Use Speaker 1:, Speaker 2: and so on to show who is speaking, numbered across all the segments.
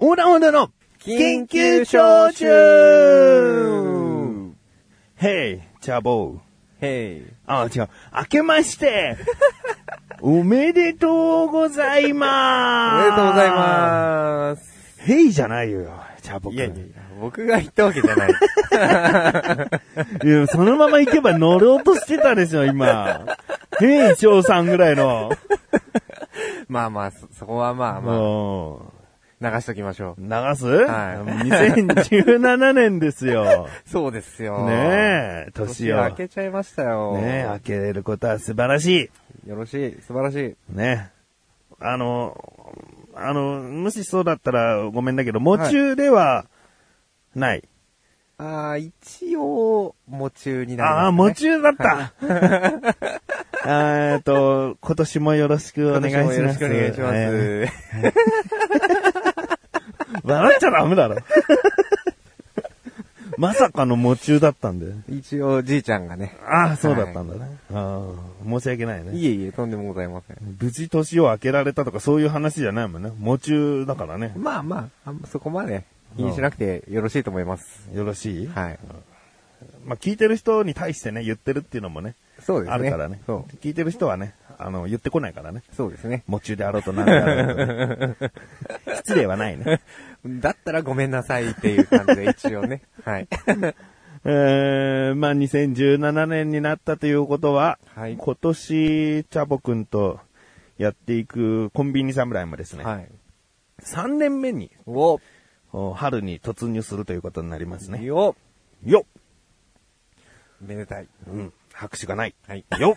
Speaker 1: 横断歩道の緊急招集 !Hey, チャボー。
Speaker 2: へい。
Speaker 1: あ違う。明けま して、おめでとうござい
Speaker 2: お
Speaker 1: ま
Speaker 2: め
Speaker 1: す。
Speaker 2: でとうございます。
Speaker 1: す。ヘイじゃないよ、チャボくん。
Speaker 2: いやいやいや、僕が言ったわけじ ゃない。
Speaker 1: いやそのまま行けば乗ろうとしてたでしょ、今。ヘイ翔さんぐらいの。
Speaker 2: まあまあ、そ、そこはまあま
Speaker 1: も
Speaker 2: あ、流しときましょう
Speaker 1: う。流す、
Speaker 2: は
Speaker 1: ?2017 年です よ。
Speaker 2: そうですよ。
Speaker 1: ねえ、年
Speaker 2: 年
Speaker 1: を。
Speaker 2: を。
Speaker 1: ね
Speaker 2: 明けちゃいましたよ。
Speaker 1: え、開けれることは素晴らし
Speaker 2: よろしい、素晴らしい。
Speaker 1: い。ねあの、あの、もしそうだったらごめんだけど、喪中ではない。
Speaker 2: ああ、一応、喪中になります、ね。
Speaker 1: ああ、喪中だった。 えっと、今年もよろしくお
Speaker 2: 今
Speaker 1: 願い
Speaker 2: 年
Speaker 1: します。
Speaker 2: もよろしくお願いします。
Speaker 1: ね笑っちゃダメだろ。 まさかの喪中だったんで。
Speaker 2: 一応、じいちゃんがね。
Speaker 1: ああ、そうだったんだね。ああ、申し訳ないね。
Speaker 2: いえいえ、とんでもございません。
Speaker 1: 無事年を明けられたとかそういう話じゃないもんね。喪中だからね。
Speaker 2: まあまあ、あんまそこまで気にしなくてよろしいと思います。
Speaker 1: よろしい、
Speaker 2: はい。
Speaker 1: まあ、聞いてる人に対してね、言ってるっていうのもね、
Speaker 2: そうですね。
Speaker 1: あるからね
Speaker 2: そう。
Speaker 1: 聞いてる人はね、あの、言ってこないからね。
Speaker 2: そうですね。
Speaker 1: 喪中であろうとなんだろう と、失礼はないね。
Speaker 2: だったらごめんなさいっていう感じで一 応ね。はい。
Speaker 1: えー、まあ、2017年になったということは、
Speaker 2: はい
Speaker 1: 今年、チャボくんとやっていくコンビニ侍もですね、
Speaker 2: はい。
Speaker 1: 3年目に、
Speaker 2: お、
Speaker 1: お春に突入するということになりますね。
Speaker 2: よ、
Speaker 1: よっ
Speaker 2: めでたい。
Speaker 1: うん。拍手がない。
Speaker 2: はい。
Speaker 1: よっ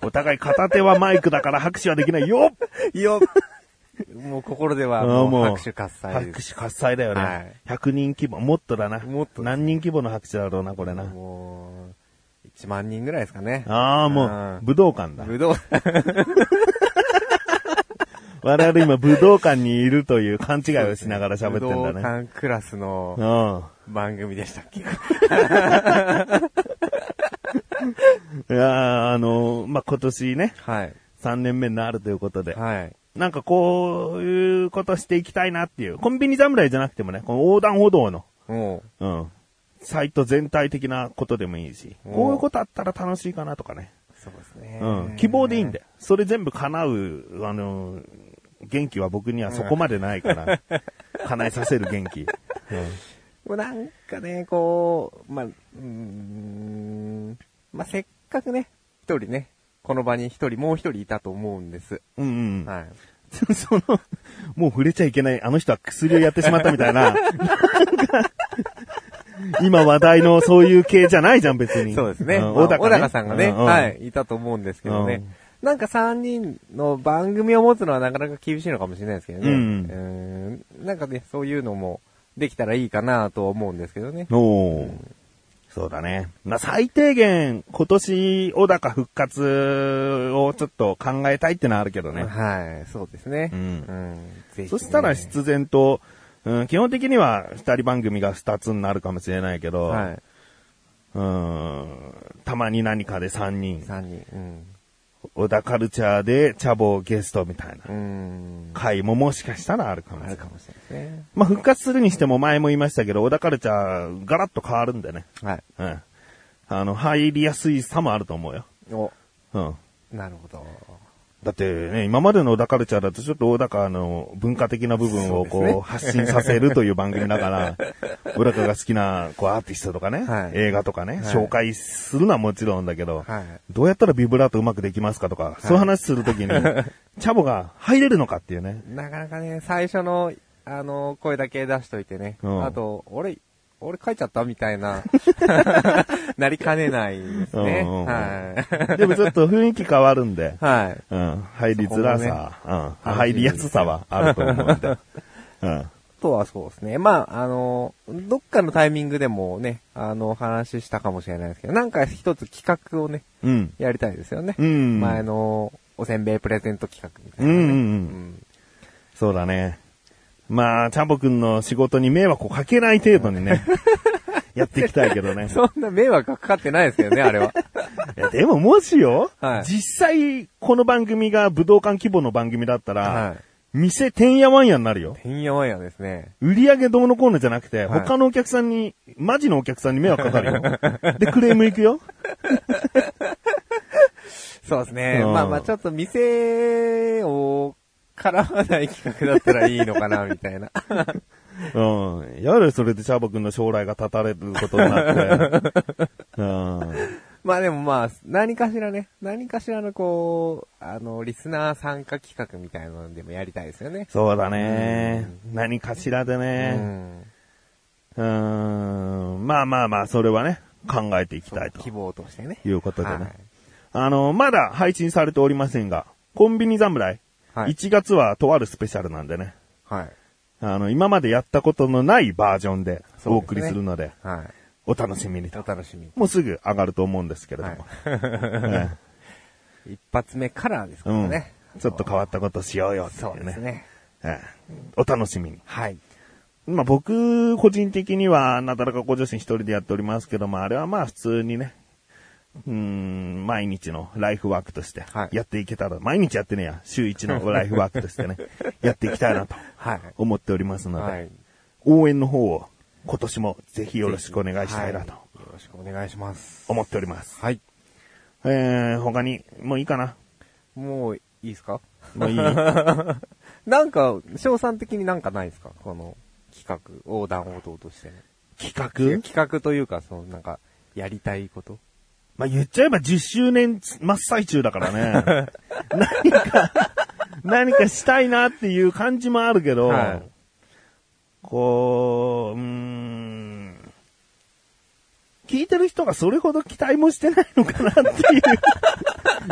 Speaker 1: お互い片手はマイクだから拍手はできない。 よっ
Speaker 2: よ、もう心では
Speaker 1: あー
Speaker 2: も
Speaker 1: もう
Speaker 2: う拍手喝采で
Speaker 1: 拍
Speaker 2: す。
Speaker 1: 手喝采だよね。
Speaker 2: はい
Speaker 1: 100人規模、もっとだな。
Speaker 2: もっと
Speaker 1: 何人規模の拍手だろうな、これな。
Speaker 2: もう、1万人ぐらいですかね。
Speaker 1: ああ、も
Speaker 2: あ
Speaker 1: う
Speaker 2: ー、
Speaker 1: 武道館だ。
Speaker 2: ぶどう、
Speaker 1: 我々今武道館にいるという勘違いをしながら喋ってんだ
Speaker 2: 武道
Speaker 1: ね。
Speaker 2: 館クラス
Speaker 1: う
Speaker 2: の
Speaker 1: ん。
Speaker 2: 番組でしたっけ
Speaker 1: いやーあのーまあ、今年ね、
Speaker 2: はい。
Speaker 1: 3年目になるということで、
Speaker 2: はい。
Speaker 1: なんかこういうことしていきたいなっていう、コンビニ侍じゃなくてもね、この横断歩道の、
Speaker 2: も
Speaker 1: うん、サイト全体的なことでもいいし、
Speaker 2: うん
Speaker 1: こういうことあったら楽しいかなとかね、
Speaker 2: う、そうですね。
Speaker 1: うん、希望でいいんだよ。それ全部叶う、あのー元気は僕にはそこまでない から、叶えさせる元気。
Speaker 2: もうなんかね、こう、まあ、うーん、まあ、せっかくね、一人ね、この場に一人、もう一人いたと思うんです。
Speaker 1: うん、うん、うん。
Speaker 2: は い。
Speaker 1: その、もう触れちゃいけない、あの人は薬をやってしまったみたい な、なんか、今話題のそういう系じゃないじゃん、別に。
Speaker 2: そうですね。
Speaker 1: ん
Speaker 2: まあ小高,、さんがね、
Speaker 1: うう
Speaker 2: はい、いたと思うんですけどね。なんか三人の番組を持つのはなかなか厳しいのかもしれないですけど
Speaker 1: う
Speaker 2: ね。
Speaker 1: ん
Speaker 2: ーんなんかね、そういうのもできたらいいかなと思うんですけどね。
Speaker 1: おーそうだね。まあ、最低限、今年、小高復活をちょっと考えたいってのはあるけどね。
Speaker 2: はい、そうですね。
Speaker 1: うん
Speaker 2: ぜひ、ね。
Speaker 1: そしたら必然と、うん、基本的には二人番組が二つになるかもしれないけど、
Speaker 2: はい。
Speaker 1: うん、たまに何かで三人、
Speaker 2: 三人。うん。
Speaker 1: 小田カルチャーでチャボゲストみたいな
Speaker 2: うーん。
Speaker 1: 回ももしかしたらあるかもし
Speaker 2: あ
Speaker 1: れな
Speaker 2: る
Speaker 1: い。
Speaker 2: かもしれないですね。
Speaker 1: まあ復活するにしても前も言いましたけど、小田カルチャーガラッと変わるんでね。
Speaker 2: はい。
Speaker 1: うん。あの、入りやすいさもあると思うよ。
Speaker 2: お、
Speaker 1: うん。
Speaker 2: なるほど。
Speaker 1: だってね、今までの小田カルチャーだとちょっと小高の文化的な部分をこう
Speaker 2: そうですね
Speaker 1: 発信させるという番組だから、 小高が好きなこうアーティストとかね、
Speaker 2: はい
Speaker 1: 映画とかね、
Speaker 2: はい
Speaker 1: 紹介するのはもちろんだけど、
Speaker 2: はい
Speaker 1: どうやったらビブラートうまくできますかとか、そういう話すると きに、チャボが入れるのかっていうね。
Speaker 2: なかなかね、最初の、あの、声だけ出しといてね。
Speaker 1: うん
Speaker 2: あと、俺、俺書いちゃったみた いな、なりかねないですね。
Speaker 1: うんうんうん
Speaker 2: は
Speaker 1: でもちょっと雰囲気変わるんで
Speaker 2: い。、はい。
Speaker 1: うん、入りづらさ、うん、入りやすさはあると思うん で。うん
Speaker 2: あとはそうですね。まあ、あの、どっかのタイミングでもね、あの、お話ししたかもしれないですけど、なんか一つ企画をね、
Speaker 1: うん。
Speaker 2: やりたいですよね。
Speaker 1: うん
Speaker 2: 前の、おせんべいプレゼント企画みた
Speaker 1: う
Speaker 2: い
Speaker 1: ん
Speaker 2: な、
Speaker 1: う
Speaker 2: ね。
Speaker 1: んう。
Speaker 2: うんん
Speaker 1: そうだね。まあ、チャボくんの仕事に迷惑をかけない程度に ね、やっていきたいけどね。
Speaker 2: そんな迷惑がかかってないですけどね、あ れは。
Speaker 1: いやでももしよ、
Speaker 2: はい
Speaker 1: 実際、この番組が武道館規模の番組だったら、
Speaker 2: はい
Speaker 1: 店、てんやわんやになるよ。
Speaker 2: てんやわんやですね。
Speaker 1: 売り上げどうのこうのじゃなくて、
Speaker 2: はい
Speaker 1: 他のお客さんに、マジのお客さんに迷惑かか るよ。で、クレーム行くよ。
Speaker 2: そうですね。
Speaker 1: うん
Speaker 2: まあまあ、ちょっと店を絡まない企画だったらいいのかな、みたいな。
Speaker 1: うん。やれ、それでシャーボ君の将来が絶たれることになって。 うん。
Speaker 2: まあでもまあ、何かしらね、何かしらのこう、あの、リスナー参加企画みたいなのでもやりたいですよね。
Speaker 1: そうだね。何かしらでね。うん。まあまあまあ、それはね、考えていきたいと
Speaker 2: 希。望としてね。
Speaker 1: いうことでね
Speaker 2: はい
Speaker 1: あの、まだ配信されておりませんが、コンビニ侍、
Speaker 2: はい
Speaker 1: 1月はとあるスペシャルなんでね。
Speaker 2: はい。
Speaker 1: あの、今までやったことのないバージョンで
Speaker 2: そうですね
Speaker 1: お送りするので、
Speaker 2: はい。
Speaker 1: お楽しみにと。
Speaker 2: お楽しみ。
Speaker 1: もうすぐ上がると思うんですけれど
Speaker 2: は
Speaker 1: も。 え
Speaker 2: い。 一発目からです
Speaker 1: え
Speaker 2: か
Speaker 1: う
Speaker 2: ら
Speaker 1: ん
Speaker 2: ね。。
Speaker 1: ちょっと変わったことしようよってい
Speaker 2: そうう
Speaker 1: ね。
Speaker 2: ですね。
Speaker 1: ええお楽しみに。
Speaker 2: はい。
Speaker 1: まあ僕、個人的には、なだらかご女子一人でやっておりますけども、あれはまあ普通にね、うーん、毎日のライフワークとして
Speaker 2: はい、
Speaker 1: やっていけたら、毎日やってねえや、週一のライフワークと してね、やっていきたいなと
Speaker 2: はい。
Speaker 1: 思っておりますので、
Speaker 2: はい。
Speaker 1: 応援の方を今年もぜひよろしくお願いしたいなと
Speaker 2: はよろしくお願いします。
Speaker 1: 思っております。
Speaker 2: はい。
Speaker 1: えー、他に、もういいかな
Speaker 2: もう、いいですか
Speaker 1: も ういい
Speaker 2: なんか、賞賛的になんかないですかこの企画、横断応答としてね。
Speaker 1: 企画
Speaker 2: 企画というか、その、なんか、やりたいこと
Speaker 1: まあ、言っちゃえば10周年真っ最中だから ね。何か、何かしたいなっていう感じもあるけど、
Speaker 2: はい
Speaker 1: こう、うーん、聞いてる人がそれほど期待もしてないのかなってい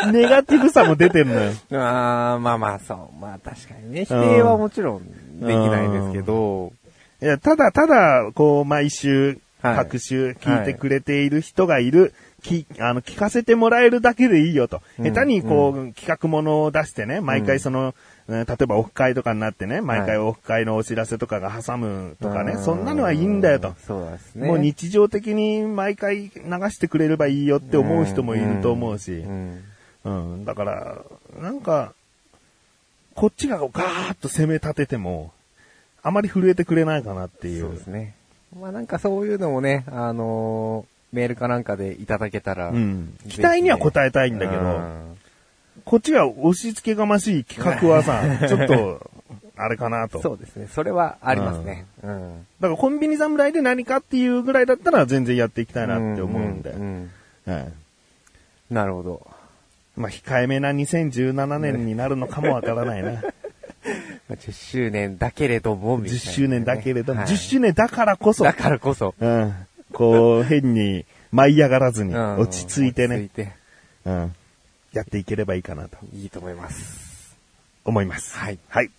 Speaker 1: う、 ネガティブさも出てるのよ。
Speaker 2: ああ、まあまあ、そう。まあ確かにね。否定はもちろんできないですけど、
Speaker 1: いや、ただただ、こう、毎週、
Speaker 2: はい
Speaker 1: 各週、聞いてくれている人がいる、き、あの、聞かせてもらえるだけでいいよと。
Speaker 2: うん
Speaker 1: 下手に、こう、企画ものを出してね、毎回その、うん例えばオフ会とかになってね、毎回オフ会のお知らせとかが挟むとかね、
Speaker 2: う
Speaker 1: そんなのはいいんだよと。
Speaker 2: そうですね。
Speaker 1: もう日常的に毎回流してくれればいいよって思う人もいると思うし
Speaker 2: う、ん。
Speaker 1: うん、だから、なんか、こっちがガーッと攻め立てても、あまり震えてくれないかなってい
Speaker 2: そうですね。まあなんかそういうのもね、あのーメールかなんかでいただけたら、
Speaker 1: うん期待には応えたいんだけど
Speaker 2: うん
Speaker 1: こっちが押し付けがましい企画は さ、ちょっと、あれかなと。だ
Speaker 2: そ
Speaker 1: か
Speaker 2: うですね。それはありますね。うん。
Speaker 1: らコンビニ侍で何かっていうぐらいだったら全然やっていきたいなって思うんで。
Speaker 2: ううん
Speaker 1: はい
Speaker 2: なるほど。
Speaker 1: まあ、控えめな2017年になるのかもわからないね。
Speaker 2: まあ10周年だけれども、 みた
Speaker 1: 10
Speaker 2: いなね
Speaker 1: 周年だけれども、
Speaker 2: はい
Speaker 1: 10周年だからこそ、
Speaker 2: だからこそ。
Speaker 1: うん。こう、変に舞い上がらずに、
Speaker 2: うん
Speaker 1: 落ち着いて
Speaker 2: 落
Speaker 1: ね
Speaker 2: ち、着いて、
Speaker 1: うん。やっていければいいかなと
Speaker 2: いいと思います。
Speaker 1: 思います。
Speaker 2: はい。
Speaker 1: はい。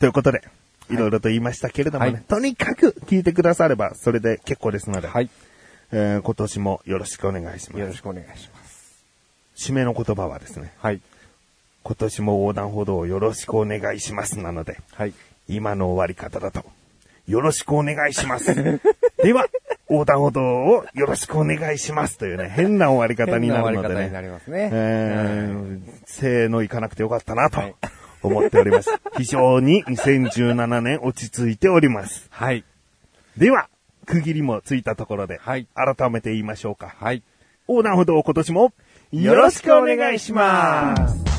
Speaker 1: ということで、いろいろと言いましたけれどもね、
Speaker 2: はい
Speaker 1: とにかく聞いてくだされば、それで結構ですので、
Speaker 2: はい。
Speaker 1: えー今年もよろしくお願いしま
Speaker 2: よろ
Speaker 1: す。
Speaker 2: しくお願いします。
Speaker 1: 締めの言葉はですね、
Speaker 2: はい。
Speaker 1: 今年も横断歩道をよろしくお願いしますなので、
Speaker 2: はい。
Speaker 1: 今の終わり方だと、よろしくお願いし ます。では、横断歩道をよろしくお願いしますというね、変な終わり方になるので
Speaker 2: 変な終わり方
Speaker 1: ね
Speaker 2: になりますね。
Speaker 1: えー、せーのいかなくてよかったなと
Speaker 2: はい
Speaker 1: 思っており ます。非常に2017年落ち着いております。
Speaker 2: はい。
Speaker 1: では、区切りもついたところで、
Speaker 2: はい
Speaker 1: 改めて言いましょうか。
Speaker 2: はい。
Speaker 1: 横断歩道を今年もよろしくお願いします。